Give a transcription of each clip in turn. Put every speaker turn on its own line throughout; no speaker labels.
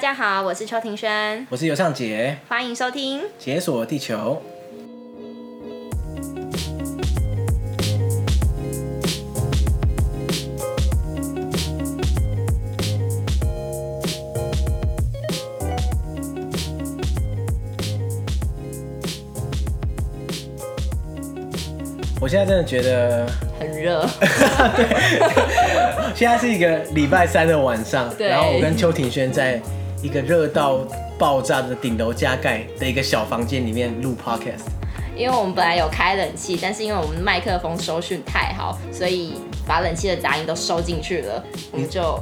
家好，我是邱庭轩，
我是尤尚杰，
欢迎收听。
解锁地球。我现在真的觉得，
很热，
现在是一个礼拜三的晚上，
对
然后我跟邱庭轩在一个热到爆炸的顶楼加盖的一个小房间里面录 podcast。
因为我们本来有开冷气，但是因为我们麦克风收讯太好，所以把冷气的杂音都收进去了，我们就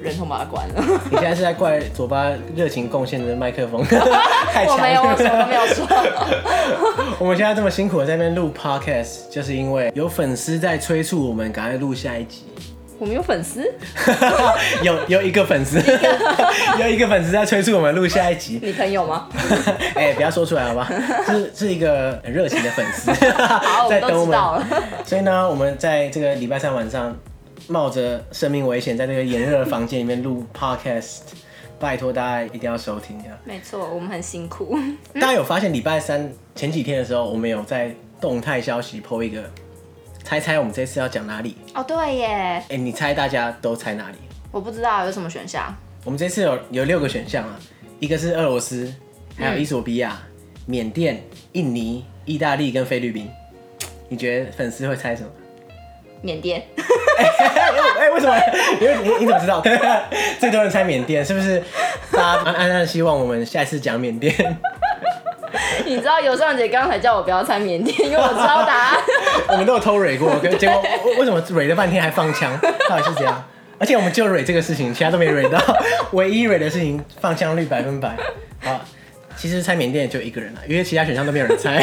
忍痛把它关了。
你现在是在怪左巴热情贡献的麦克风太
我
强
没有，我什么都
了。
没有 说。
我们现在这么辛苦的在那边录 podcast，就是因为有粉丝在催促我们赶快录下 一集。
我们有粉丝，
有有一个粉丝， 有一个粉丝在催促我们录下一 集。
你朋友吗？
哎、不要说出来好吧？是是一个很热情的粉丝，
好，我们都知道了。
所以呢，我们在这个礼拜三晚上，冒着生命危险，在这个炎热的房间里面录 podcast，拜托大家一定要收听啊！
没错，我们很辛苦。
大家有发现礼拜三前几天的时候，我们有在动态消息 PO 一个，猜猜我们这次要讲哪里？
哦，对耶，
哎、你猜大家都猜哪里？
我不知道有什么选项。
我们这次有有六个选项啊，一个是俄罗斯，还有伊索比亚、缅甸、印尼、意大利跟菲律宾。你觉得粉丝会猜什么？
缅甸，
哎、为什么？因为你你怎么知道？ 最多人猜缅甸，是不是？大家暗暗暗希望我们下一次讲缅甸。
你知道尤尚姐刚才叫我不要猜缅甸，因为我知道答案。
我们都有偷蕊过，跟结果为为什么蕊了半天还放枪？到底是怎样？而且我们就蕊这个事情，其他都没蕊到，唯一蕊的事情放枪率百分百。好，其实猜缅甸也就一个人了，啊因为其他选项都没有人 猜。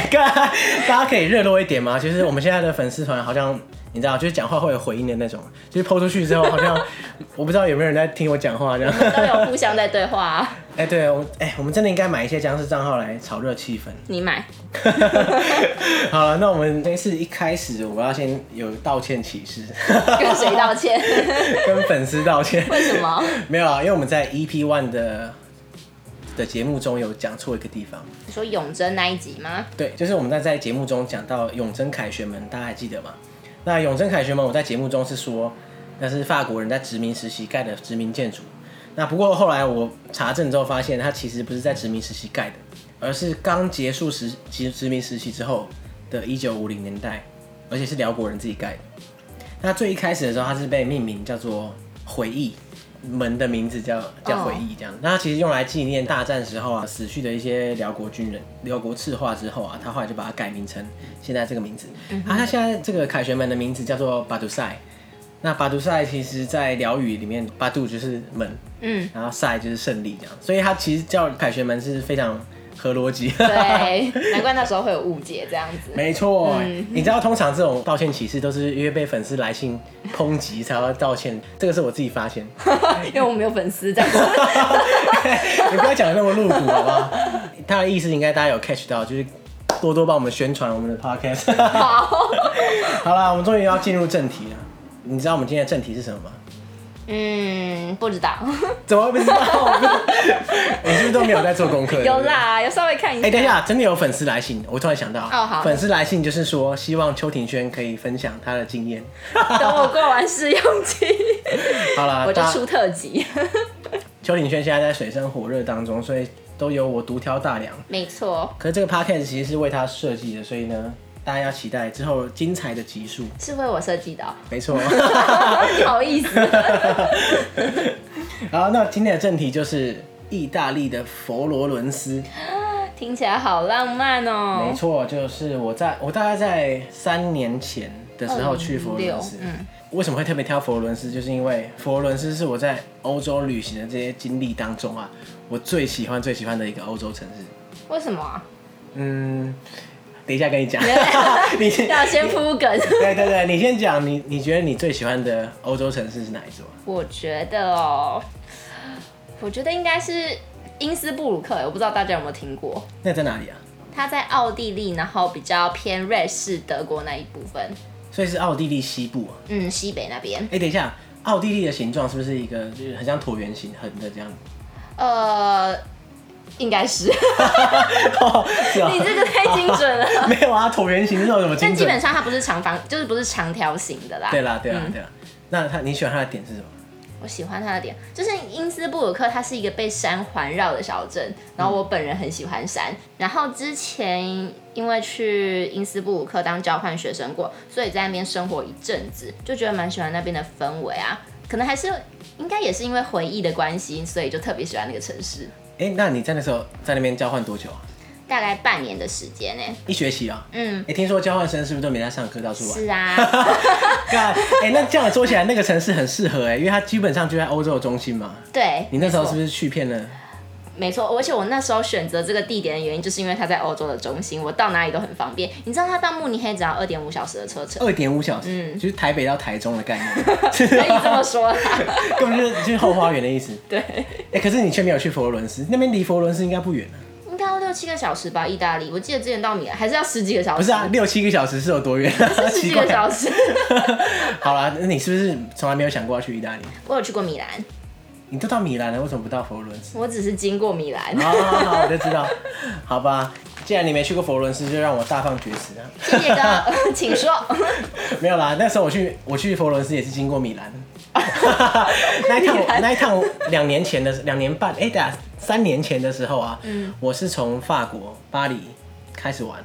大家可以热络一点吗？其实我们现在的粉丝团好像。你知道，就是讲话会有回音的那种，就是抛出去之后，好像我不知道有没有人在听我讲话这样。
都有互相在对话、啊，
哎、对，我们哎、我们真的应该买一些僵尸账号来炒热气氛。
你买。
好了，那我们这次一开始，我要先有道歉启事，
跟谁道 歉？
跟粉丝道歉。
为什么？
没有啊，因为我们在 EP One 的的节目中有讲错一个地方，
你说永贞那一集吗？
对，就是我们在在节目中讲到永贞凯旋门，大家还记得吗？那永贞凯旋门，我在节目中是说那是法国人在殖民时期盖的殖民建筑。那不过后来我查证之后发现，它其实不是在殖民时期盖的，而是刚结束时殖殖民时期之后的1950年代，而且是辽国人自己盖的。那最一开始的时候，它是被命名叫做回忆门的名字叫
哦
叫回忆这样。那它其实用来纪念大战时候啊死去的一些辽国军人，辽国赤化之后啊，他后来就把它改名成现在这个名字。
嗯
啊，它现在这个凯旋门的名字叫做巴杜塞。那巴杜塞其实在辽语里面，巴杜就是门，
嗯，
然后塞就是胜利这样，所以它其实叫凯旋门是非常合逻辑。
对，难怪那时候会有误解这样 子。
没错，
嗯
你知道通常这种道歉启事都是因为被粉丝来信抨击才要道歉， 这个是我自己发现。
因 为我没有粉丝这样子。
你不要讲的那么露骨好不好？他的意思应该大家有 catch 到，就是多多帮我们宣传我们的 podcast。
好，
好啦，我们终于要进入正题了。你知道我们今天的正题是什么吗？
嗯，不知道，
怎么会不知道？你是不是都没有在做功课？
有。啦，有稍微看一
哎、
下。
等一下，真的有粉丝来信，我突然想到，
哦好
粉丝来信就是说希望邱庭轩可以分享他的经验。
等我过完试用期，
好啦，
我就
大家
出特辑。
邱庭轩现在在水深火热当中，所以都由我独挑大梁。
没错，
可是这个 podcast 其实是为他设计的，所以呢，大家要期待之后精彩的集数。
是为我设计 的哦、
没错。
你好意思？
好，那今天的正题就是意大利的佛罗伦斯。
听起来好浪漫
没
哦、
错，就是我在我大概在三年前的时候去佛罗伦斯
2006。嗯
为什么会特别挑佛罗伦斯？就是因为佛罗伦斯是我在欧洲旅行的这些经历当中啊，我最喜欢最喜欢的一个欧洲城市。
为什么啊、
嗯，等一下跟 你讲，你先
要先铺 梗。
对对对，你先讲，你你觉得你最喜欢的欧洲城市是哪一座？
我觉得哦，我觉得应该是因斯布鲁克，我不知道大家有没有听过。
那在哪里啊？
它在奥地利，然后比较偏瑞士、德国那一部分，
所以是奥地利西部啊。
嗯，西北那边。
哎、等一下，奥地利的形状是不是一个就是很像椭圆形横的这样？
呃，应该是
是啊
你，这个太精准了。
没有啊，椭圆形这种什么
但
精
基
准
本？上它不是长方，就是不是长条形的啦。
对啦，对啦，
嗯
对啦。那他你喜欢他的点是什么？
我喜欢它的点就是因斯布鲁克，它是一个被山环绕的小镇，然后我本人很喜欢山。然后之前因为去因斯布鲁克当交换学生过，所以在那边生活一阵子，就觉得蛮喜欢那边的氛围啊。可能还是应该也是因为回忆的关系，所以就特别喜欢那个城市。
哎，那你在那时候在那边交换多久啊？
大概半年的时间呢、欸
一学期啊？
嗯，
哎，听说交换生是不是都没在上课到处玩？
是 啊，
干，哎，那这样说起来，那个城市很适合哎，因为它基本上就在欧洲的中心嘛。
对。
你那时候
没错
是不是去骗了？
没错，而且我那时候选择这个地点的原因，就是因为它在欧洲的中心，我到哪里都很方便。你知道，它到慕尼黑只要二点五小时的车程，
二点五小时，
嗯
就是台北到台中的概念，
可以这么说啦。
根本就是就是后花园的意思。
对，
哎、可是你却没有去佛罗伦斯，那边离佛罗伦斯应该不远、啊、
应该要六七个小时吧，意大利。我记得之前到米兰还是要十几个小时，
不是啊，六七个小时是有多远、 啊？
十
奇
几嗯
怪
个。小时。
好啦，那你是不是从来没有想过要去意大利？
我有去过米兰，
你都到米兰了，为什么不到佛罗伦斯？
我只是经过米兰。
好好好，我就知道。好吧，既然你没去过佛罗伦斯，就让我大放厥词啊！
谢谢哥，请说。
没有啦，那时候我去我去佛罗伦斯也是经过米兰，那一趟我那一趟两年前的两年半，哎、等下三年前的时候啊，我是从法国巴黎开始玩，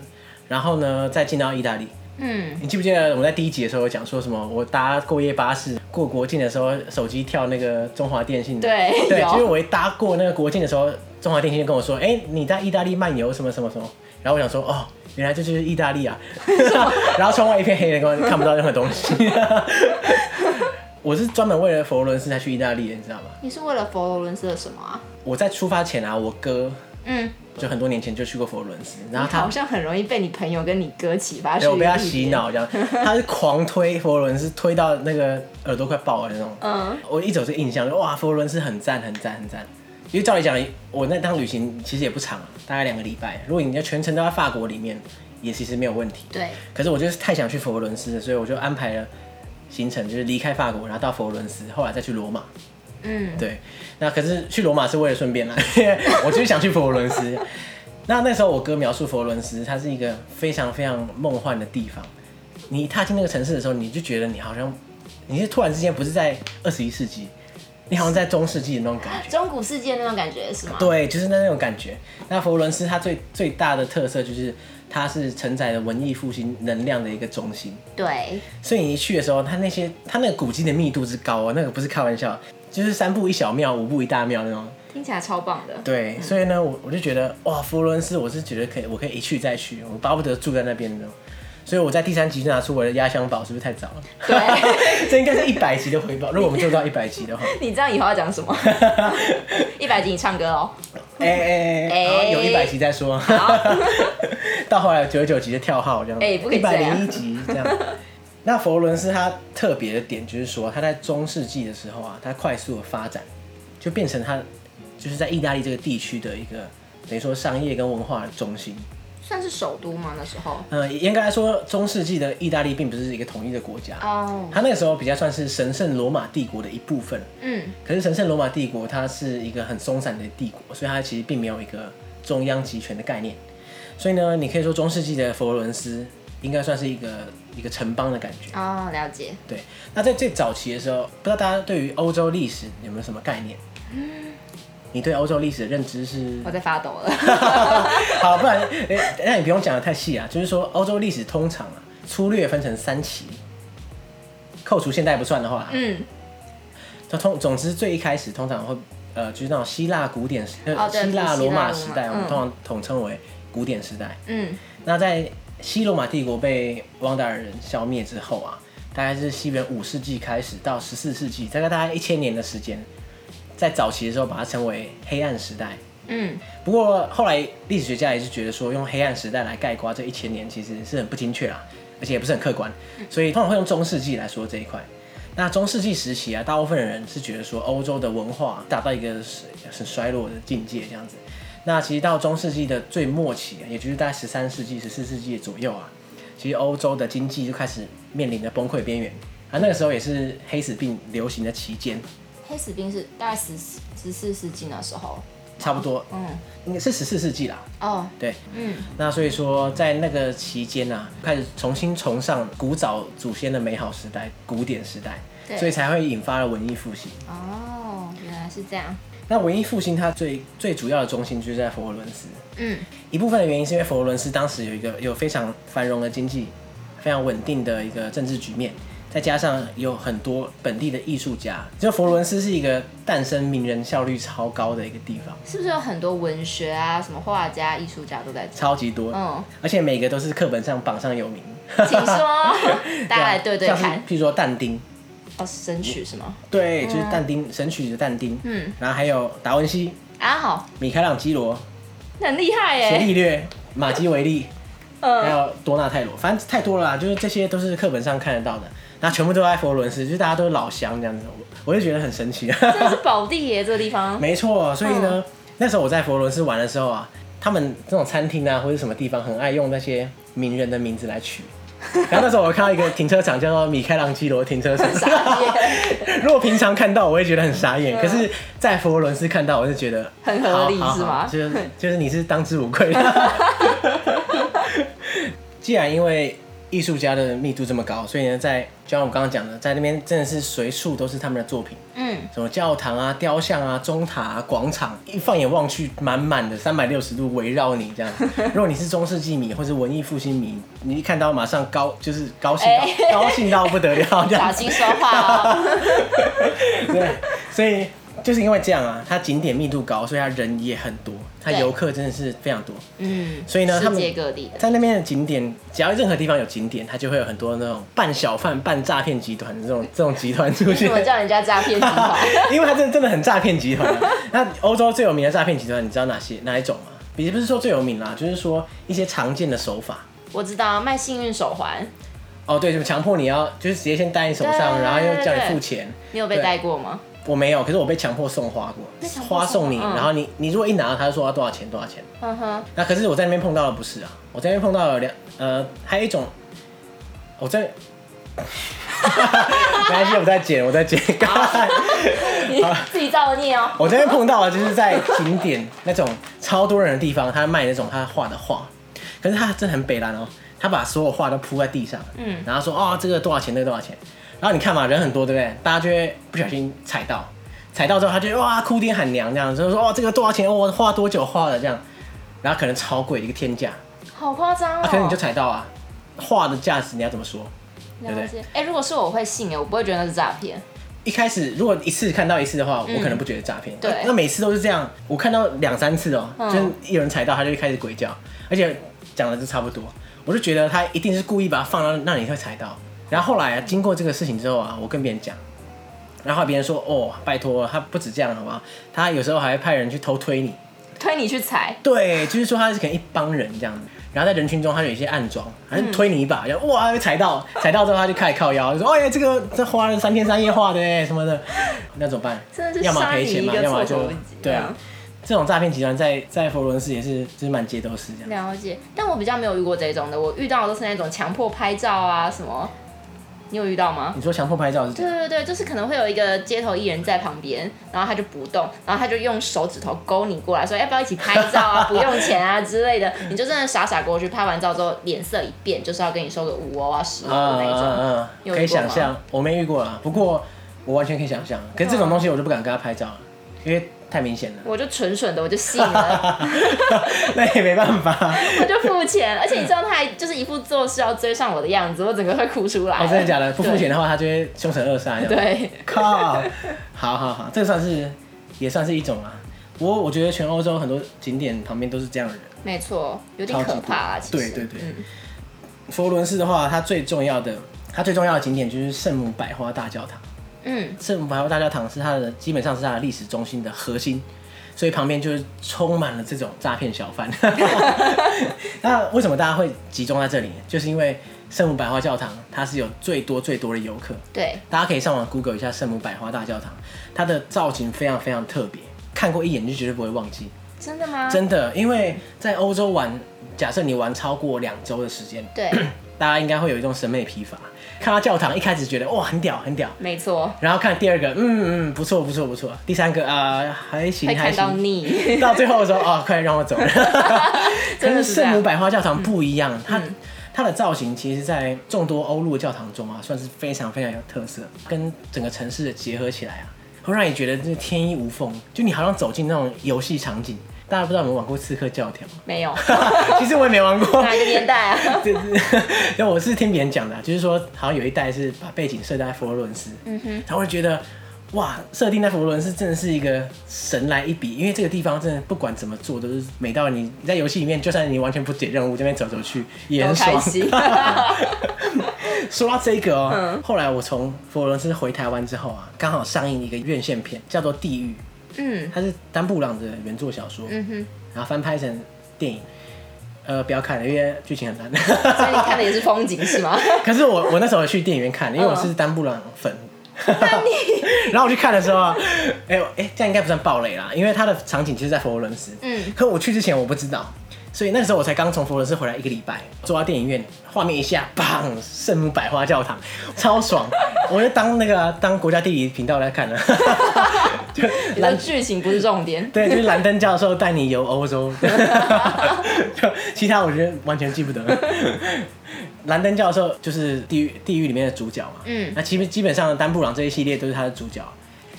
然后呢再进到意大利。
嗯，
你记不记得我们在第一集的时候有讲说什么？我搭过夜巴士过国境的时候，手机跳那个中华电信的。
对
对，
有
就是我一搭过那个国境的时候，中华电信就跟我说：“哎、你在意大利漫游什么什么什么。”然后我想说：“哦，原来这就是意大利 啊！”然后窗外一片黑的，根本看不到任何东西。 我是专门为了佛罗伦斯才去意大利的，你知道吗？
你是为了佛罗伦斯的什么啊？
我在出发前啊，我哥
嗯，
就很多年前就去过佛罗伦斯，然后啊他哎
好像很容易被你朋友跟你哥启发去。
对，我被他洗。脑，这样，他是狂推佛罗伦斯，推到那个耳朵快爆了那种。
嗯，
我一直有这个印象，就哇，佛罗伦斯很赞，很赞，很赞。因为照理讲，我那趟旅行其实也不长，大概两个礼拜。如果你要全程都在法国里面，也其实没有问题。
对，
可是我就是太想去佛罗伦斯了，所以我就安排了行程，就是离开法国，然后到佛罗伦斯，后来再去罗马。
嗯，
对，那可是去罗马是为了顺便啦， 因为我就是想去佛罗伦斯。那那时候我哥描述佛罗伦斯，它是一个非常非常梦幻的地方。你一踏进那个城市的时候，你就觉得你好像，你是突然之间不是在二十一世纪，你好像在中世纪的那种感 觉。
中古世界那种感觉是吗？
对，就是那种感觉。那佛罗伦斯它最最大的特色就是它是承载了文艺复兴能量的一个中心。
对，
所以你一去的时候，它那些它那个古迹的密度之高哦，那个不是开玩笑，就是三步一小庙，五步一大庙那种。
听起来超棒的。
对，所以呢，我我就觉得哇，佛罗伦斯，我是觉得可以，我可以一去再去，我巴不得住在那边那种。所以我在第三集就拿出我的压箱宝，是不是太早了？
对，
这应该是一百集的回报。如果我们做到一百集的话，
你知道以后要讲什么？一百集你唱歌哦。
哎哎哎，
哎
好有一百集再说。 到后来九十九集就跳号这样，
哎不可
一
以这
百
样
零一集 这样。那佛罗伦斯它特别的点就是说，它在中世纪的时候啊，它快速的发展，就变成它就是在意大利这个地区的一个等于说商业跟文化的中心。
算是首都吗？那时候？
呃，严格来说，中世纪的意大利并不是一个统一的国家，
哦，
它那个时候比较算是神圣罗马帝国的一部分。
嗯，
可是神圣罗马帝国它是一个很松散的帝国，所以它其实并没有一个中央集权的概念。所以呢，你可以说中世纪的佛罗伦斯应该算是一个一个城邦的感觉。
哦，了解。
对，那在最早期的时候，不知道大家对于欧洲历史有没有什么概念？你对欧洲历史的认知是？
我在发抖了。
好，不然诶那你不用讲的太细啊，就是说欧洲历史通常啊，粗略分成三期，扣除现代不算的话，
嗯，
就通总之最一开始通常会呃，就是那种希腊古典时，呃
哦对
希腊罗马时
希腊罗
代，
马
我们通常统称为古典时代。
嗯，
那在西罗马帝国被汪达尔人消灭之后啊，大概是西元五世纪开始到十四世纪，大概大概一千年的时间，在早期的时候把它称为黑暗时代。
嗯，
不过后来历史学家也是觉得说，用黑暗时代来概括这一千年其实是很不精确啦，而且也不是很客观，所以通常会用中世纪来说这一块。那中世纪时期啊，大部分人是觉得说欧洲的文化达到一个很衰落的境界这样子。那其实到中世纪的最末期、啊，也就是大概十三世纪、十四世纪左右啊，其实欧洲的经济就开始面临着崩溃边缘啊。那个时候也是黑死病流行的期间，
黑死病是大概十十四世纪那时候，
差不多，
嗯，
应该是十四世纪啦。
哦，
对，
嗯，
那所以说在那个期间啊，开始重新崇尚古早祖先的美好时代、古典时代，
对
所以才会引发了文艺复兴。
哦，原来是这样，
那文艺复兴它最最主要的中心就是在佛罗伦斯，
嗯，
一部分的原因是因为佛罗伦斯当时有一个有非常繁荣的经济、非常稳定的一个政治局面，再加上有很多本地的艺术家，就佛罗伦斯是一个诞生名人效率超高的一个地方，
是不是有很多文学啊，什么画家、艺术家都在这？
超级多，
嗯，
而且每个都是课本上榜上有名。啊
请 说，大家来对对
像是
看，
譬如说但丁，
哦，神曲是吗？
对，就是但丁《神曲》的但丁，
嗯，
然后还有达文西、
啊，好，
米开朗基罗、
那很厉害
伽利
耶，
略、马基维利，还
哎 嗯，
有多纳泰罗，反正太多了啦，就是这些都是课本上看得到的，那全部都在佛罗伦斯，就是大家都是老乡这样子，我我就觉得很神奇。
真的是宝地耶，这个地方，
没错，所以
嗯
呢，那时候我在佛罗伦斯玩的时候啊，他们这种餐厅啊或者什么地方很爱用那些名人的名字 来取。然后那时候我看到一个停车场叫做米开朗基罗停车场， 如果平常看到我会觉得很傻眼，可是，在佛罗伦斯看到我就觉得
嗯很合理
好好好
是吗
就是就是你是当之无愧 的。既然因为艺术家的密度这么高，所以呢，在就像我刚刚讲的，在那边真的是随处都是他们的作品。
嗯，
什么教堂啊、雕像啊、钟塔啊、广场，一放眼望去，满满的三百六十度围绕你这样子。如果你是中世纪迷或是文艺复兴迷，你一看到马上高就是高兴到、
哎
高兴到不得了这
小
样子。
心说话 哦，
对，所以就是因为这样啊，它景点密度高，所以它人也很多，它
对
游客真的是非常多。
嗯，
所以呢他
世
们
界各地的，
在那边的景点，只要任何地方有景点，它就会有很多那种半小贩、半诈骗集团的这种这种集团出
为什
现。
么叫人家诈骗集团？
因为它真的真的很诈骗集团、啊。那欧洲最有名的诈骗集团，你知道哪些哪一种吗？也不是说最有名啦，就是说一些常见的手法。
我知道卖幸运手环，
哦，对，就强迫你要，就是直接先戴你手上，
对
然后又叫你
对
付钱。
你有被
对
带过吗？
我没有，可是我被强迫送花
被
过，
强迫
花
送
送你，
嗯
然后你你如果一拿到，他就说要多少钱多少钱。
嗯哼，
那可是我在那边碰到的不是啊，我在那边碰到了两呃，还有一种，我在， 没关系，我在剪，我在剪。
你自己造孽哦。
我这边碰到的就是在景点那种超多人的地方，他卖那种他画的画，可是他真的很北蓝哦，他把所有画都铺在地上，嗯，然后说哦这个多少钱，那个多少钱，然后你看嘛，人很多，对不对？大家就会不小心踩到，踩到之后他就哇哭爹喊娘这样，就说哦这个多少钱，哦我画多久画的这样，然后可能超贵一个天价，
好夸张哦！
啊，可能你就踩到啊，画的价值你要怎么说？对不
了
对
解。哎、如果是我我会信哎，我不会觉得那是诈骗。
一开始如果一次看到一次的话，我可能不觉得诈骗。
嗯对
那那每次都是这样，我看到两三次哦、
嗯
就是有人踩到他就开始鬼叫，而且讲的就差不多，我就觉得他一定是故意把它放到让你会踩到。然后后来、啊、经过这个事情之后啊，我跟别人讲，然后别人说哦，拜托，他不止这样好不好？他有时候还会派人去偷推你。
推你去踩，
对，就是说他是可能一帮人这样子，然后在人群中他有一些暗装，还是推你一把，然后哇被踩 到，踩到之后他就开始靠腰，就说哎呀这个这花了三天三夜画的哎什么的，那怎么办？
真的是
要么
杀
赔
你
钱
一
嘛，
个
要么
措
就
手不及。
对
嗯
啊，，这种诈骗集团在在佛罗伦斯也是就是满街都是这样。
了解。但我比较没有遇过这种的，我遇到的都是那种强迫拍照啊什么。你有遇到吗？
你说强迫拍照是怎
对对
样？
对，就是可能会有一个街头艺人在旁边，然后他就不动，然后他就用手指头勾你过来，说要哎不要一起拍照啊，不用钱啊之类的， 你就真的傻傻过去，拍完照之后脸色一变，就是要跟你收个五欧啊十欧的那一种。
嗯
有遇过吗
可以想象，我没遇过啦，不过我完全可以想象，
嗯，
可是这种东西我就不敢跟他拍照了，因为太明显了
我就蠢蠢的，我就信了，
那也没办法。
我 就付钱，而且你知道他还就是一副做事要追上我的样子，我整个会哭出来。
哦，真的假 的？不付钱的话，他就会凶神恶煞这样。
对？对，
靠，好好好，这个算是也算是一种啊。不过我觉得全欧洲很多景点旁边都是这样的人。
没错，有点
超
可
级
怕啊，其
多
实。
对对对
嗯
佛罗伦斯的话，它最重要的，它最重要的景点就是圣母百花大教堂。
嗯，
圣母百花大教堂是它的基本上是它的历史中心的核心，所以旁边就是充满了这种诈骗小贩。那为什么大家会集中在这里？就是因为圣母百花教堂它是有最多最多的游客，
对，
大家可以上网 Google 一下圣母百花大教堂，它的造型非常非常特别，看过一眼就绝对不会忘记。
真的吗？
真的，因为在欧洲玩，假设你玩超过两周的时间，
对，
大家应该会有一种审美疲乏。看到教堂一开始觉得哇很屌很屌，
没错，
然后看第二个嗯嗯不错不错不错，第三个啊、呃还行
会
还
看到
行，
腻，
到最后的时候，哦，快让我 走了。可
真的
是
是这
圣母
样。嗯
百花教堂不一样，它它的造型其实，在众多欧陆教堂中啊，算是非常非常有特色，跟整个城市的结合起来啊，会让你觉得这天衣无缝，就你好像走进那种游戏场景。大家不知道有没有玩过《刺客 教条？
没有，》
其实我也没玩过，
哪个年代 啊？
对，因为我是听别人讲的啊，就是说好像有一代是把背景设定在佛罗伦斯，嗯哼，他会觉得哇，设定在佛罗伦斯真的是一个神来一笔，因为这个地方真的不管怎么做都是美到你你在游戏里面，就算你完全不解任务，这边走走去也很
都开
爽。
心。 嗯
说到这个哦、后来我从佛罗伦斯回台湾之后啊，刚好上映一个院线片，叫做《地狱》，
嗯
它是丹布朗的原作小说，
嗯哼，
然后翻拍成电影。呃，不要看了，因为剧情很烂。
所以你看的也是风景是吗？
可是我我那时候有去电影院看，因为我
嗯
是丹布朗粉。 然后我去看的时候啊，哎、我哎、这样应该不算暴雷啦，因为它的场景其实在佛罗伦斯。
嗯
可我去之前我不知道，所以那个时候我才刚从佛罗伦斯回来一个礼拜，坐到电影院，画面一下，砰，圣母百花教堂，超爽！我就当那个啊、当国家地理频道来看了， 就
你的剧情不是重点。
对，就是兰登教授带你游欧洲， 就其他我觉得完全记不得。兰登教授就是地狱地狱里面的主角嘛，
嗯
那其实基本上丹布朗这一系列都是他的主角，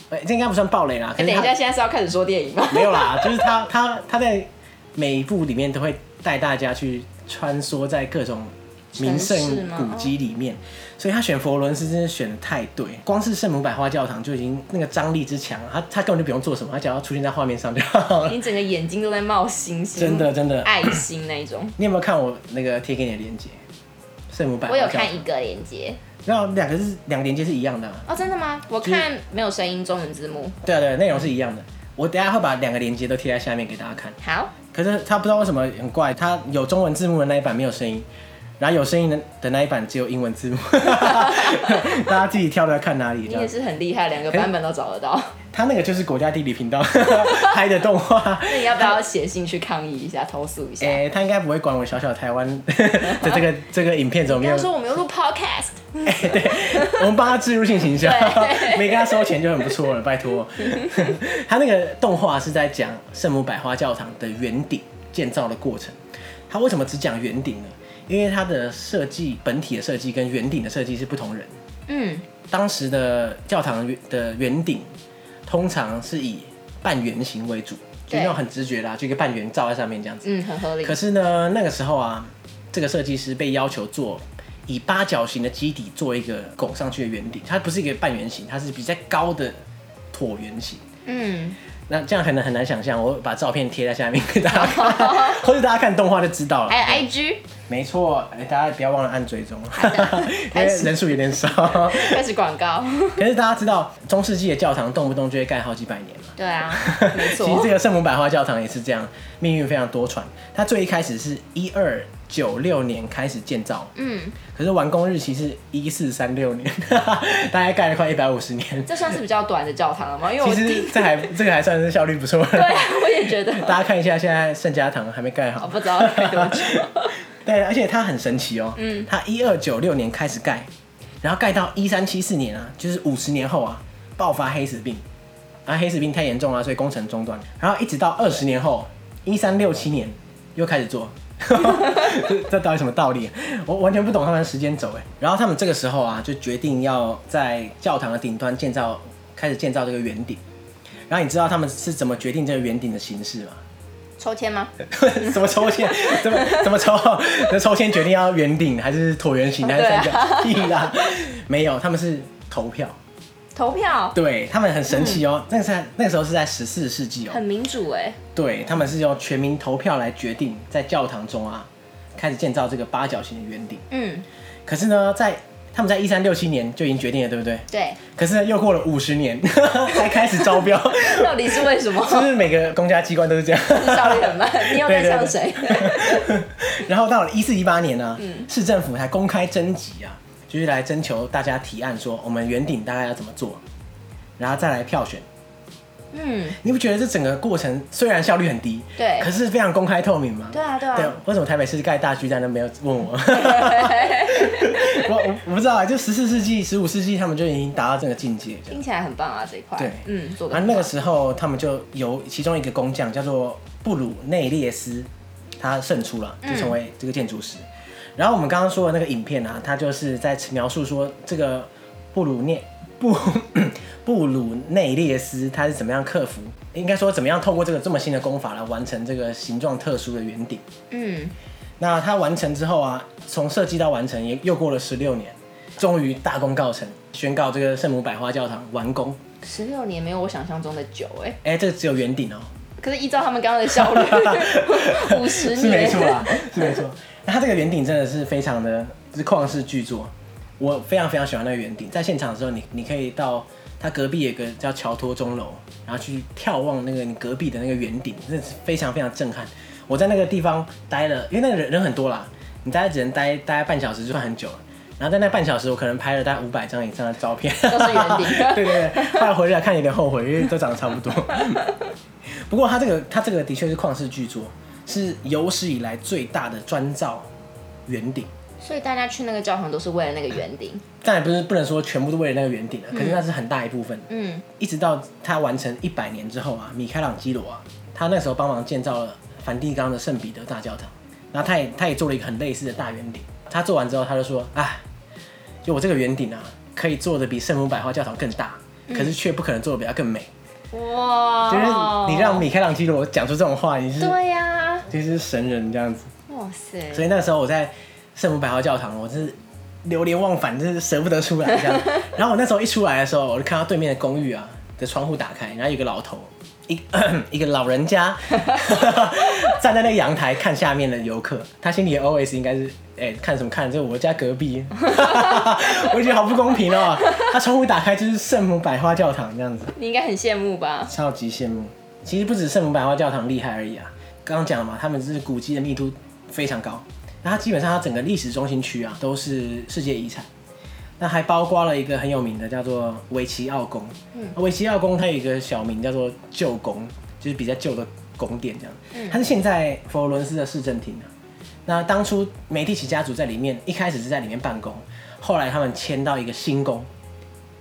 哎、这应该不算暴雷啦，可
哎
是
等
他
一下，现在是要开始说电影吗？
没有啦，就是他他他在每一部里面都会带大家去穿梭在各种名胜
城市吗
古迹里面，所以他选佛罗伦斯真是选的太对，光是圣母百花教堂就已经那个张力之强，他他根本就不用做什么，他只要出现在画面上就好了。
你整个眼睛都在冒星星，
真的真的，
爱心那一种。
你有没有看我那个贴给你的链接？圣母百花
我有
教
看
堂，
一个连接
然后两个是两个链接是一样的啊、
哦，真的吗？我看没有声音中文字幕。
对啊对啊，内容是一样的。我等一下会把两个链接都贴在下面给大家看。
好，
可是他不知道为什么很怪，他有中文字幕的那一版没有声音，然后有声音的的那一版只有英文 字幕，大家自己挑出来看哪里。
你
这样
也是很厉害，两个版本都找得到。
他那个就是国家地理频道 拍的动画。
那你要不要写信去抗议一下，投诉一下？
诶、他应该不会管我小小台湾的这 个这个影片怎么
跟
样
他。说我们要录 podcast，
我们帮他植入性行销
对，
没跟他收钱就很不错了，拜托。 他那个动画是在讲圣母百花教堂的圆顶建造的过程。他为什么只讲圆顶呢？因为它的设计本体的设计跟圆顶的设计是不同人。
嗯，
当时的教堂的圆顶通常是以半圆形为主，就
对
那种很直觉啦，就一个半圆罩在上面这样子。
嗯，很合理
可。是呢，那个时候啊，这个设计师被要求做以八角形的基底做一个拱上去的圆顶，它不是一个半圆形，它是比较高的椭圆形。
嗯，
那这样可能很难想象，我把照片贴在下面给大家 看，或者大家看动画就知道了。
还有 IG
没错，哎，大家不要忘了按追踪，因为
开始
人数有点少。
开始广告，
可是大家知道，中世纪的教堂动不动就会盖好几百年嘛。
对啊， 没
其实
错
这，个圣母百花教堂也是这样，命运非常多舛。它最一开始是一二九六年开始建造，
嗯，
可是完工日期是一四三六年，大概盖了快一百五十年。
这算是比较短的教堂了吗？因为
其
我
实
听，
这还这个还算是效率不错
对
了。
啊，我也觉得，
大家看一下，现在圣家堂还没盖
我
好。
哦不 知道该多久，
哦对，而且它很神奇哦，嗯，它一二九六年开始盖，然后盖到一三七四年啊，就是五十年后啊，爆发黑死病，然后黑死病太严重了，所以工程中断，然后一直到二十年后，一三六七年又开始做。 这这到底什么道理、我完全不懂他们的时间轴哎。然后他们这个时候啊，就决定要在教堂的顶端建造，开始建造这个圆顶。然后你知道他们是怎么决定这个圆顶的形式吗？
抽签吗？
怎么抽签？怎么怎么抽？那抽签决定要圆顶还是椭圆形还是三角？屁啦，没有，他们是投票。
投票，
对他们很神奇哦，那个是那个时候是在十四世纪哦
很，民主哎，
对他们是用全民投票来决定在教堂中啊开始建造这个八角形的圆顶。
嗯，
可是呢，在他们在一三六七年就已经决定了，对不对？
对，
可是呢又过了五十年 才开始招标，是
到底是为什 么？
不是每个公家机关都是这样？
效率很慢，你又在像谁？
然后到了一四一八年呢、
嗯
市政府才公开征集啊，就是来征求大家提案说我们圆顶大概要怎么做，然后再来票选。
嗯，
你不觉得这整个过程虽然效率很低，
对
可是非常公开透明吗？
对啊，对
对
啊，，
为什么台北市盖大巨蛋都没有问我？我我我不知道啊，就十四世纪、十五世纪他们就已经达到这个境界这样。
听起来很棒啊，这一块。
对
嗯，做的
然啊后那个时候他们就由其中一个工匠叫做布鲁内列斯，他胜出了，就成为这个建筑师。然后我们刚刚说的那个影片啊，它就是在描述说这个布鲁涅 布布鲁内列斯他是怎么样克服，应该说怎么样透过这个这么新的功法来完成这个形状特殊的圆顶。
嗯，
那它完成之后啊，从设计到完成也又过了十六年，终于大功告成，宣告这个圣母百花教堂完工。
十六年没有我想象中的久哎、
哎，这个只有圆顶哦，
可是依照他们刚刚的 效率，五十年
是没错啊，是没错。那它这个圆顶真的是非常的，就是旷世巨作，我非常非常喜欢那个圆顶。在现场的时候你，你可以到它隔壁有个叫乔托钟楼，然后去眺望那个你隔壁的那个圆顶，那是非常非常震撼。我在那个地方待了，因为那个人人很多啦，你大概只能待待半小时就算很久了。然后在那半小时，我可能拍了大概五百张以上的照片，
都是圆顶
对对对，后来回来看有点后悔，因为都长得差 不多。不过它这个它这个的确是旷世巨作，是有史以来最大的砖造圆顶。
所以大家去那个教堂都是为了那个圆顶。
但也不是不能说全部都为了那个圆顶啊，可是那是很大一部分。
嗯，
一直到他完成一百年之后啊，米开朗基罗啊，他那时候帮忙建造了梵蒂冈的圣彼得大教堂，然后他也他也做了一个很类似的大圆顶。他做完之后，他就说：“哎，就我这个圆顶啊，可以做的比圣母百花教堂更大，
嗯
可是却不可能做的比它更美。
哇，
就是你让米开朗基罗讲出这种话，你是
哦对呀、
就是神人这样子。
哇塞，
所以那时候我在圣母百花教堂，我真是流连忘返，真是舍不得出来这样。然后我那时候一出来的时候，我就看到对面的公寓啊的窗户打开，然后有个老头，一一个 老人家 站在那个阳台看下面的游客，他心里的 OS 应该是。哎、看什么看？这是我家隔壁， 我觉得好不公平哦。他窗户打开就是圣母百花教堂这样子，
你应该很羡慕 吧？
超级羡慕。其实不止圣母百花教堂厉害而已啊，刚刚讲了嘛，他们是古迹的密度非常高，那它基本上它整个历史中心区啊都是世界遗产。那还包括了一个很有名的叫做维奇奥宫，维奇奥宫它有一个小名叫做旧宫，就是比较旧的宫殿这样。它是现在佛罗伦斯的市政厅啊。那当初梅第奇家族在里面一开始是在里面办公，后来他们迁到一个新宫，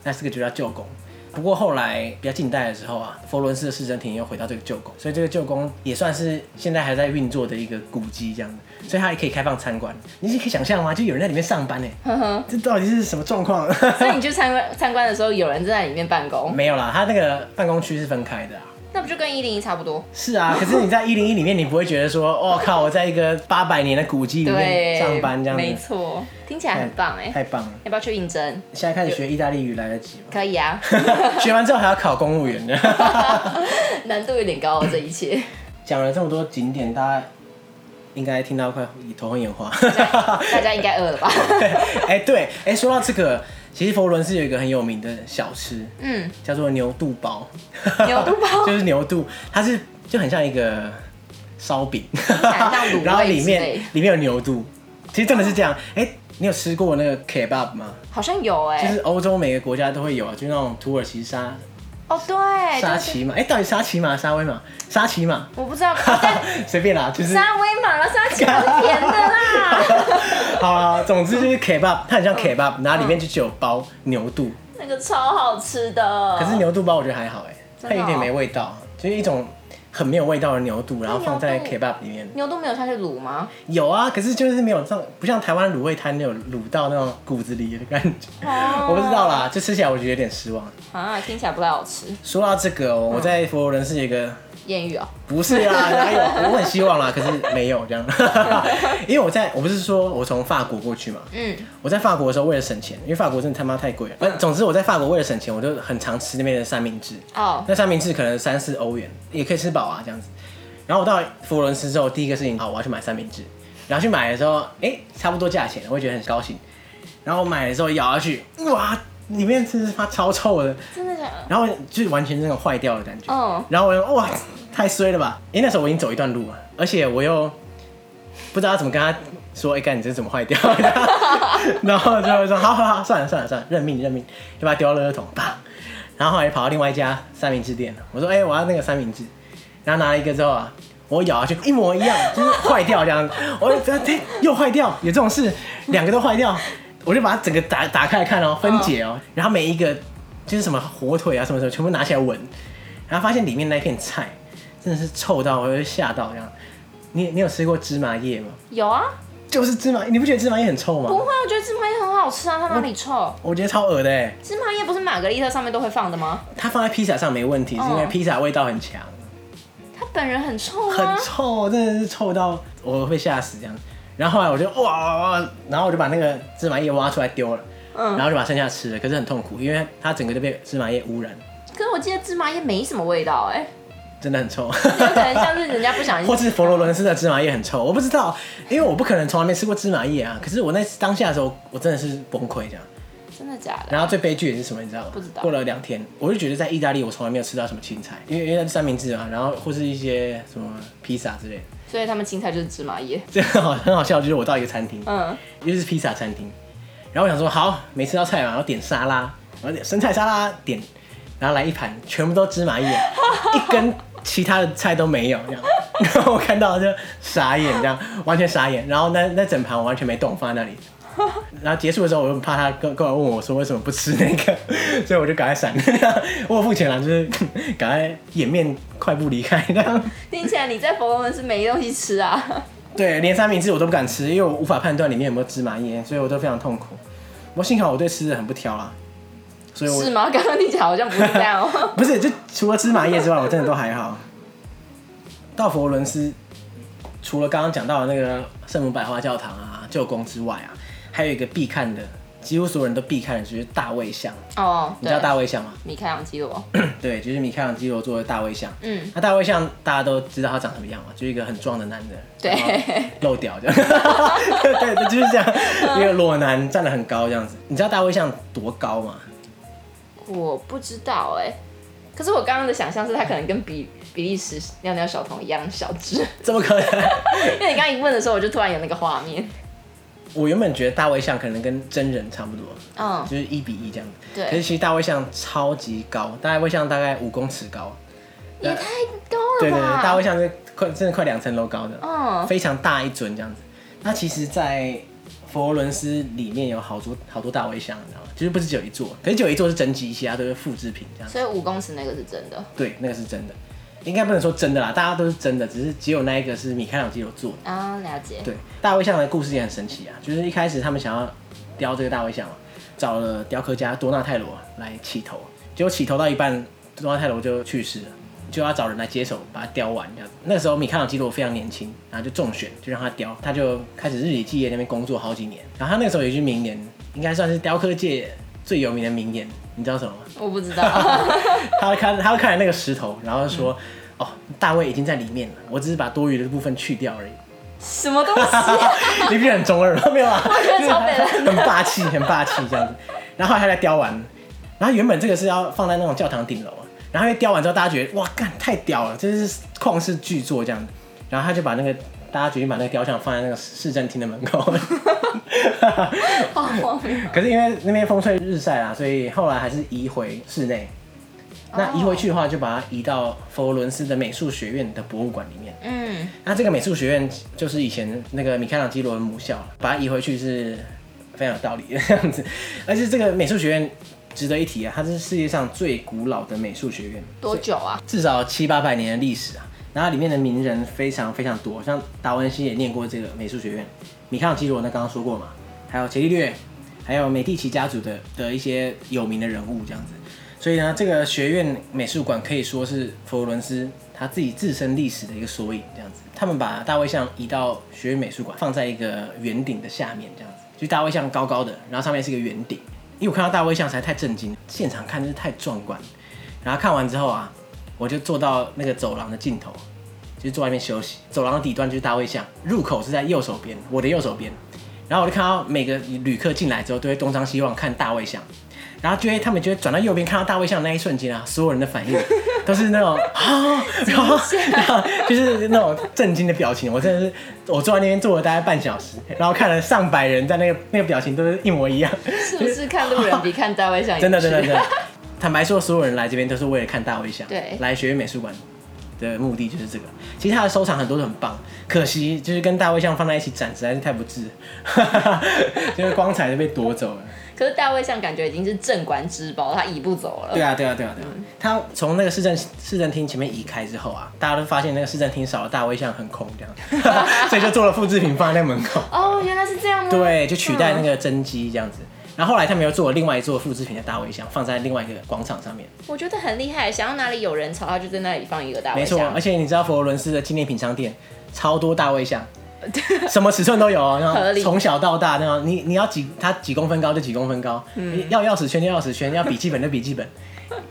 那这个就叫旧宫。不过后来比较近代的时候啊，佛罗伦斯的市政厅又回到这个旧宫，所以这个旧宫也算是现在还在运作的一个古迹这样子，所以它也可以开放参观。你是可以想象吗？就有人在里面上班呢，欸
呵呵，
这到底是什么状况？
所以你去参观参观的时候，有人正在里面办公，
没有啦，它那个办公区是分开的啊。
那不就跟一零一差不多？
是 啊，可是你在一零一里面，你不会觉得说，我、靠，我在一个八百年的古迹里面
对，
上班这样
没
子，
错，听起来很棒哎、
太棒了！
要不要去应征？
现在开始学意大利语来得及吗？
可以啊，
学完之后还要考公务员呢。
难度有点高哦，这一 切。
讲了这么多景点，大家应该听到快头昏眼花。
大家应该饿了吧？
哎、对，哎、说到这个，其实佛罗伦斯有一个很有名的小吃，
嗯，
叫做牛肚包。
牛肚包
就是牛肚，它是就很像一个烧饼
来像卤味，
然后里
之
面
类
里面有牛肚，其实真的是这样。哎、你有吃过那个 kebab 吗？
好像有哎、
就是欧洲每个国家都会有啊，就那种土耳其沙
哦对，
沙
就是
琪玛，哎、到底沙琪玛、沙威玛、沙琪玛，
我不知道，但
随便啦， 就是
沙威玛啦，沙琪玛是甜的啦，
好啦，总之就是 kebab，它很
嗯
像 kebab，然后里面就只有包牛肚，
那个超好吃的。
可是牛肚包我觉得还好哎、
嗯真
它
的哦
有点没味道，就是一种很没有味道的牛肚，然后放在
那牛
kebab 里面。
牛肚没有下去卤吗？
有啊，可是就是没有这种，不像台湾卤味摊那种卤到那种骨子里的感觉。
哦
我不知道啦，就吃起来我觉得有点失望。
啊，听起来不太好吃。
说到这个哦、
嗯
我在佛罗伦斯有一个
艳遇哦，
不 是啦，哪有？我很希望啦，可是没有这样。 因为我在我不是说我从法国过去嘛，
嗯，
我在法国的时候为了省钱，因为法国真的他妈太贵了。反总之我在法国为了省钱，我就很常吃那边的三明治。
哦，
那三明治可能三四欧元，也可以吃饱啊这样子。然后我到佛罗伦斯之后，第一个事情好，我要去买三明治。然后去买的时候，哎、差不多价钱，我会觉得很高兴。然后我买的时候咬下去，哇，里面真是它超臭的，
真的假的？
然后就是完全那种坏掉的感觉。
哦，
然后我就哇，太衰了吧！因为那时候我已经走一段路了，而且我又不知道怎么跟他说，哎、干你这怎么坏掉 的？然后就会说，好好好，算了算了算了，认命认命，就把它丢到垃圾桶，啪！然后后来跑到另外一家三明治店了，我说，哎、我要那个三明治，然后拿了一个之后啊，我咬下去一模一样，就是坏掉这样。我就不要对，又坏掉，有这种事，两个都坏掉，我就把它整个打打开来看哦，分解哦，然后每一个就是什么火腿啊什么什么，全部拿起来闻，然后发现里面那片菜真的是臭到我会吓到这样。你你有吃过芝麻叶吗？
有啊，
就是芝麻，你不觉得芝麻叶很臭
不
吗？
会，我觉得芝麻叶很好吃啊，它哪里臭？
我觉得超恶的哎。
芝麻叶不是玛格丽特上面都会放的吗？
它放在披萨上没问题，是因为
嗯
披萨味道很强，
它本人很臭啊
很，臭，真的是臭到我会吓死这样。然后后来我就哇哇，哇然后我就把那个芝麻叶挖出来丢了，然
嗯，
后就把剩下吃了，可是很痛苦，因为它整个都被芝麻叶污染，
可是我记得芝麻叶没什么味道 哎、
真的很臭。
有可能像是人家不小心，
或是佛罗伦斯的芝麻叶很臭，我不知道，因为我不可能从来没吃过芝麻叶啊。可是我那当下的时候，我真的是崩溃这样。
真的假的？
然后最悲剧的是什么，你知道吗？
不知道
过了两天，我就觉得在意大利我从来没有吃到什么青菜，因为因为它是三明治嘛，啊然后或是一些什么披萨之类的。
所以他们青菜就是芝麻叶，
这很好很好笑，就是我到一个餐厅，
嗯，
又是披萨餐厅，然后我想说好没吃到菜嘛，然后点沙拉，然后点生菜沙拉点，然后来一盘全部都芝麻叶，一根其他的菜都没有这样，然后我看到就傻眼这样，完全傻眼，然后那那整盘我完全没动放在那里。然后结束的时候，我又怕他过过来问我说为什么不吃那个， 所以我就赶快闪， 我有付钱了，就是 赶快掩面快步离开这样。
听起来你在佛罗伦斯没东西吃啊？
对，连三明治我都不敢吃，因为我无法判断里面有没有芝麻叶，所以我都非常痛苦。不过幸好我对吃的很不挑啦，所以我
是吗？刚刚听起来好像不是这样哦、
不是就除了芝麻叶之外，我真的都还好。到佛罗伦斯，除了刚刚讲到的那个圣母百花教堂啊、旧宫之外啊，还有一个必看的，几乎所有人都必看的就是大卫像。
哦，
你知道
对，
大卫像吗？
米开朗基罗，
对，就是米开朗基罗做的大卫像。
嗯，
那大卫像大家都知道他长什么样嘛，就一个很壮的男人，
对
然后露屌这样， 对，对就是这样，一个裸男站得很高这样子。你知道大卫像多高吗？
我不知道哎、可是我刚刚的想象是他可能跟比比利时尿尿小童一样小 只，
怎么可能？
因为你刚刚一问的时候，我就突然有那个画面。
我原本觉得大卫像可能跟真人差不多，
嗯，
就是一比一这样子。可是
对，
其实大卫像超级高，大卫像大概五公尺高，
也太高
对
了吧？
对对，大卫像是快真的快两层楼高的。
嗯，
非常大一尊这样子。那其实，在佛罗伦斯里面有好多好多大卫像，你知道吗？就是不是只有一座，可是只有一座是真迹，其他都是复制品这样子。
所以五公尺那个是真的
对，那个是真的，应该不能说真的啦，大家都是真的，只是只有那一个是米开朗基罗做的。
啊，了解。
对，大卫像的故事也很神奇啊，就是一开始他们想要雕这个大卫像嘛，找了雕刻家多纳泰罗来起头，结果起头到一半，多纳泰罗就去世了，就要找人来接手把它雕完这样子。那时候米开朗基罗非常年轻，然后就中选，就让他雕，他就开始日以继夜那边工作好几年。然后他那时候有一句名言，应该算是雕刻界最有名的名言，你知道什么吗？
我不知道，
他会看，他会看着那个石头，然后说：“哦，大卫已经在里面了，我只是把多余的部分去掉而已。”
什么东西？
你不是很中二吗？没有啊，
觉得超北蓝
很霸气，很霸气这样子。然后后来他才雕完，然后原本这个是要放在那种教堂顶楼啊，然后因为雕完之后，大家觉得哇，干太屌了，这是旷世巨作这样子。然后他就把那个大家决定把那个雕像放在那个市政厅的门口。
好荒谬。
可是因为那边风吹日晒啊，所以后来还是移回室内。那移回去的话，就把它移到佛罗伦斯的美术学院的博物馆里面。
嗯，
那这个美术学院就是以前那个米开朗基罗的母校，把它移回去是非常有道理的 这样子。而且这个美术学院值得一提啊，它是世界上最古老的美术学院，
多久啊？
至少七八百年的历史啊。然后里面的名人非常非常多，像达文西也念过这个美术学院，米开朗基罗那刚刚说过嘛，还有伽利略，还有美第奇家族的的一些有名的人物这样子。所以呢，这个学院美术馆可以说是佛罗伦斯他自己自身历史的一个缩影，这样子。他们把大卫像移到学院美术馆，放在一个圆顶的下面，这样子，就大卫像高高的，然后上面是一个圆顶。因为我看到大卫像实在太震惊，现场看真是太壮观。然后看完之后啊，我就坐到那个走廊的尽头，就是坐外面休息。走廊的底端就是大卫像，入口是在右手边，我的右手边。然后我就看到每个旅客进来之后都会东张西望看大卫像，然后就会他们就会转到右边看到大卫像那一瞬间啊，所有人的反应都是那种 啊，然后然后就是那种震惊的表情。我真的是我坐在那边坐了大概半小时，然后看了上百人在那个那个表情都是一模一样，
是不是看路人比看大卫像有趣
真的真的真的。坦白说，所有人来这边都是为了看大卫像，
对
来学院美术馆的目的就是这个。其实它的收藏很多都很棒，可惜就是跟大卫像放在一起展，实在是太不智， 就是光彩就被夺走了。
可是大卫像感觉已经是镇馆之宝，他移不走了。
对啊，对啊，对啊，对啊。他从那个市政市政厅前面移开之后啊，大家都发现那个市政厅少了大卫像很空这样，所以就做了复制品放在那门口。
哦，原来是这样吗？
对，就取代那个真机这样子。然后后来他们又做了另外一座复制品的大卫像，放在另外一个广场上面。
我觉得很厉害，想要哪里有人潮，他就在那里放一个大卫
没错，
像
而。且你知道佛罗伦斯的纪念品商店超多大 卫像，什么尺寸都有哦，然
合
后
理
从小到大那样，你你要几它几公分高就几公分高，
嗯
你要钥匙圈就钥匙圈，要笔记本就 笔记本，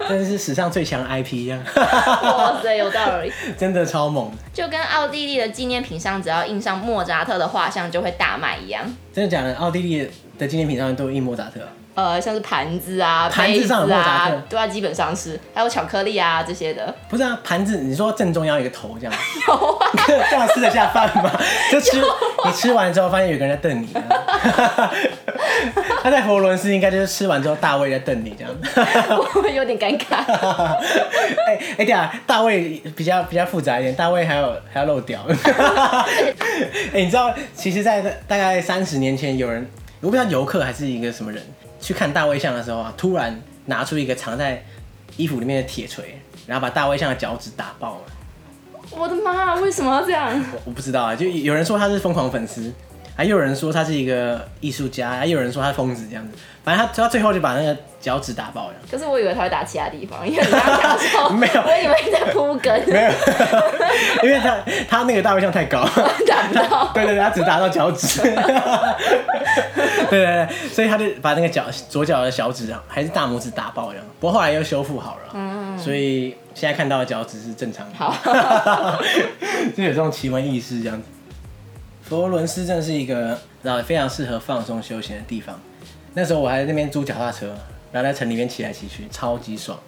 真的是史上最强 IP 一样，
哇塞，有道理！
真的超猛，
就跟奥地利的纪念品上只要印上莫扎特的画像就会大卖一样。
真的假的？奥地利的纪念品商店都有印莫扎特啊，
呃，像是盘子啊、
盘
杯
子
子
上有莫扎特
啊，对啊，基本上是，还有巧克力啊这些的。
不是啊，盘子你说正中央有一个头这样，
有啊，
这样吃得下饭吗？ 就吃你吃完之后发现有个人在瞪你、啊，他在佛罗伦斯应该就是吃完之后大卫在瞪你这样。
我有点尴尬。
哎哎，对啊，大卫比较比较复杂一点，大卫还有还要漏屌。 哎、你知道，其实，在大概三十年前，有人我不知道游客还是一个什么人去看大卫像的时候啊，突然拿出一个藏在衣服里面的铁锤，然后把大卫像的脚趾打爆了。
我的妈啊，为什么要这样？
我我不知道啊，就有人说他是疯狂粉丝，还有人说他是一个艺术家，还有人说他疯子这样子。反正他他最后就把那个脚趾打爆了。
可是我以为他会打其他地方，因为你刚刚讲说
没有
我以为你在铺梗，
没有， 因为他他那个大卫像太高。
打不到。
对对对，他只打到脚趾。 对对对，所以他就把那个脚左脚的小指啊，还是大拇指打爆了。不过后来又修复好了，所以现在看到的脚趾是正常的。
好，
就有这种奇闻异事这样子。佛罗伦斯真的是一个然后非常适合放松休闲的地方。那时候我还在那边租脚踏车，然后在城里面骑来骑去，超级爽。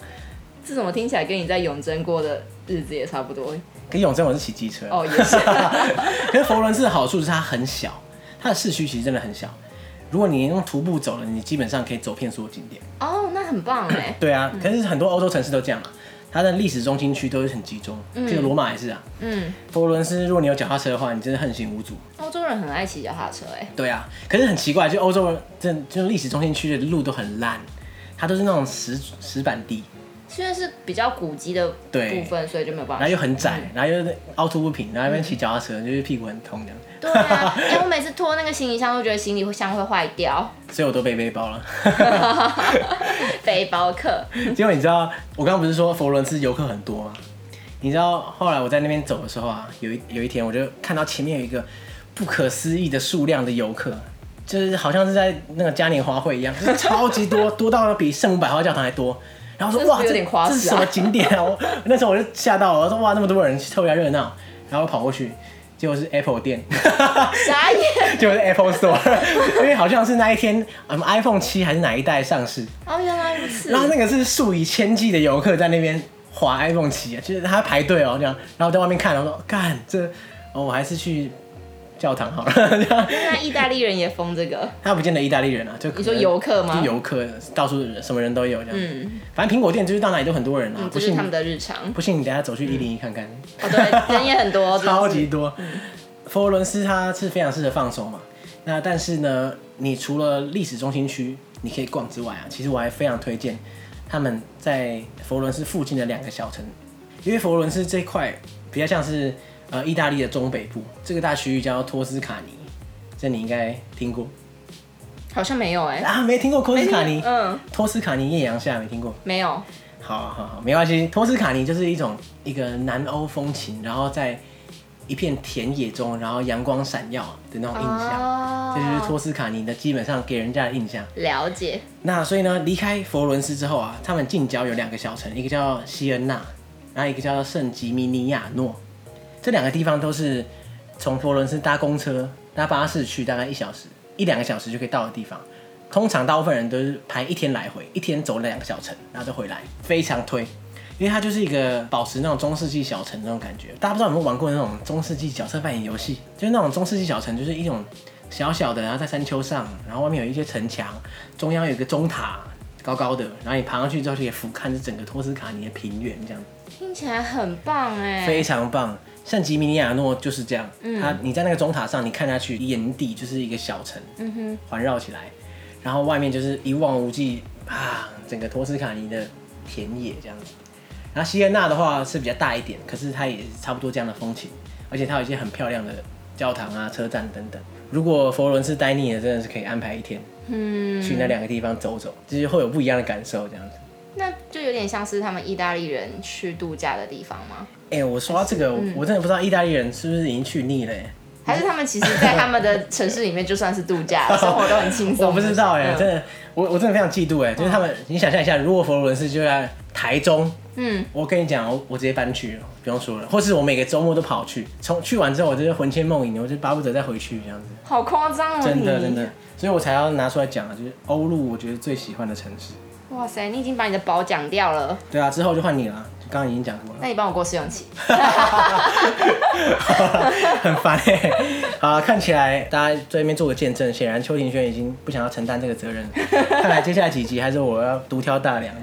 这怎么听起来跟你在永贞过的日子也差不多？
可永正我是骑机车，
哦，也是。
可是佛罗伦斯的好处是它很小，它的市区其实真的很小。如果你用徒步走了，你基本上可以走遍所有景点。
哦，那很棒哎。
对啊，可是很多欧洲城市都这样啊，它的历史中心区都是很集中，这个罗马也是啊。
嗯，
佛罗伦斯，如果你有脚踏车的话，你真的横行无阻。
欧洲人很爱骑脚踏车哎。
对啊，可是很奇怪，就欧洲这就历史中心区的路都很烂，它都是那种石石板地，
虽然是比较古籍的
对
部分，所以就没有办
然
法
后。又很窄，
嗯
然后又凹凸不平，然后那边骑脚踏车就是屁股很痛这样，
对啊，哎、我每次拖那个行李箱，都觉得行李箱会坏掉。
所以我都背背包了。
背包客，
结果你知道，我刚刚不是说佛罗伦斯游客很多吗？你知道后来我在那边走的时候啊，有一有一天我就看到前面有一个不可思议的数量的游客，就是好像是在那个嘉年华会一样，就是超级多， 多到比圣母百花教堂还多。然后我说
这是
哇，
不是有
这
点夸
这
张
是什么景点啊？我那时候我就吓到了，我说哇，那么多人，特别热闹。然后我跑过去，结果是 Apple 店，
傻眼。
就是 Apple Store，因为好像是那一天，嗯，iPhone 七还是哪一代上市，
哦，原来如此
然。后那个是数以千计的游客在那边划 iPhone 七啊，就是他排队哦这样，然后在外面看，我说干这，哦我还是去教堂好了 这样。
那意大利人也疯这个，
他不见得意大利人啊，就可能
你说游客吗
就游客到处人什么人都有这样。
嗯
反正苹果店就是到哪里都很多人啊，
嗯，
不
这是
信
他们的日常。哦，
不信你等下走去一零一看看，
对，人也很多，真的是
超级多。嗯佛罗伦斯它是非常适合放松嘛，那但是呢，你除了历史中心区你可以逛之外啊，其实我还非常推荐他们在佛罗伦斯附近的两个小城，因为佛罗伦斯这块比较像是呃意大利的中北部，这个大区域叫托斯卡尼，这你应该听过
好像没有哎、
啊？没听过托斯卡尼？
嗯，
托斯卡尼艳阳下没听过？
没有。
好啊好啊好，没关系。托斯卡尼就是一种一个南欧风情，然后在一片田野中，然后阳光闪耀的那种印
哦
象，这就是托斯卡尼的基本上给人家的印象。
了解。
那所以呢，离开佛罗伦斯之后啊，他们近郊有两个小城，一个叫西恩纳，然后一个叫圣吉米尼亚诺，这两个地方都是从佛罗伦斯搭公车、搭巴士去，大概一小时、一两个小时就可以到的地方。通常大部分人都是排一天来回，一天走两个小城，然后就回来，非常推。因为它就是一个保持那种中世纪小城那种感觉，大家不知道有没有玩过那种中世纪角色扮演游戏？就是那种中世纪小城，就是一种小小的，然后在山丘上，然后外面有一些城墙，中央有一个钟塔，高高的，然后你爬上去之后就可以俯瞰这整个托斯卡尼的平原这样。
听起来很棒哎，嗯
非常棒。像吉米尼亚诺就是这样，它你在那个钟塔上，你看下去，眼底就是一个小城，
嗯哼，
环绕起来，然后外面就是一望无际啊，整个托斯卡尼的田野这样子。然后西恩纳的话是比较大一点，可是它也差不多这样的风情，而且它有一些很漂亮的教堂啊、车站等等。如果佛罗伦斯待腻了，真的是可以安排一天
嗯，
去那两个地方走走，就是会有不一样的感受这样子。
那就有点像是他们意大利人去度假的地方吗？
哎、我说到这个，我真的不知道意大利人是不是已经去腻了、欸。
还是他们其实，在他们的城市里面就算是度假， 生活都很轻松。
我不知道哎、
嗯
真的，我我真的非常嫉妒哎、就是他们，你想象一下，如果佛罗伦斯就在台中，
嗯，
我跟你讲，我我直接搬去了，不用说了，或是我每个周末都跑去，从去完之后，我就是魂牵梦萦，我就巴不得再回去这样子，
好夸张哦，
真的
你
真的，，所以我才要拿出来讲啊，就是欧陆我觉得最喜欢的城市，
哇塞，你已经把你的宝讲掉了，
对啊，之后就换你了，就刚刚已经讲过了。
那你帮我过试用期。
很烦哎、好啊，看起来大家在那边做个见证，显然邱庭轩已经不想要承担这个责任了。看来接下来几集还是我要独挑大梁。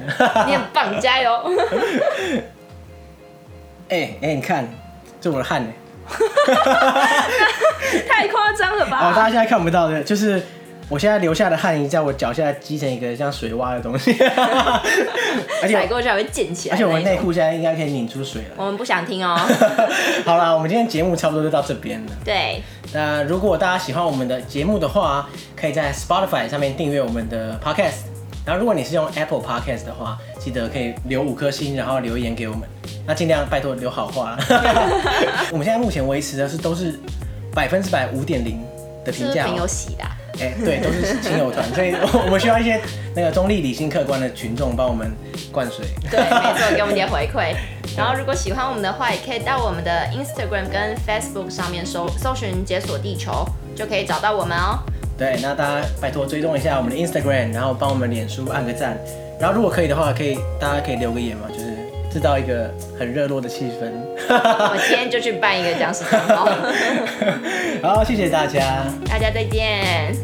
你很棒，加油！
哎哎、你看，这我的汗哎、
太夸张了
哦，大
吧？
家现在看不到的，就是我现在留下的汗已经在我脚下积成一个像水洼的东西，
甩
而且
过去还会溅起来那
而
一
且
种。
我内裤现在应该可以拧出水了。
我们不想听哦。
好啦，我们今天节目差不多就到这边了。
对，
那如果大家喜欢我们的节目的话，可以在 Spotify 上面订阅我们的 Podcast。然后，如果你是用 Apple Podcast 的话，记得可以留五颗星，然后留言给我们。那尽量拜托留好话啦。我们现在目前维持的是都是百分之百五点零的
是
评
不是
价、
挺有
哦，
喜的啊、
哎、对，都是亲友团，所以我们需要一些那个中立、理性、客观的群众帮我们灌水。
对，没错，给我们点回 馈。然后，如果喜欢我们的话，也可以到我们的 Instagram 跟 Facebook 上面搜搜寻“解锁地球”，就可以找到我们 哦。
对，那大家拜托追踪一下我们的 Instagram，然后帮我们脸书按个赞，然后如果可以的话，可以大家可以留个言嘛，就是制造一个很热络的气
我
氛。
今天就去办一个僵尸账号，
好，谢谢大家。
大家再见。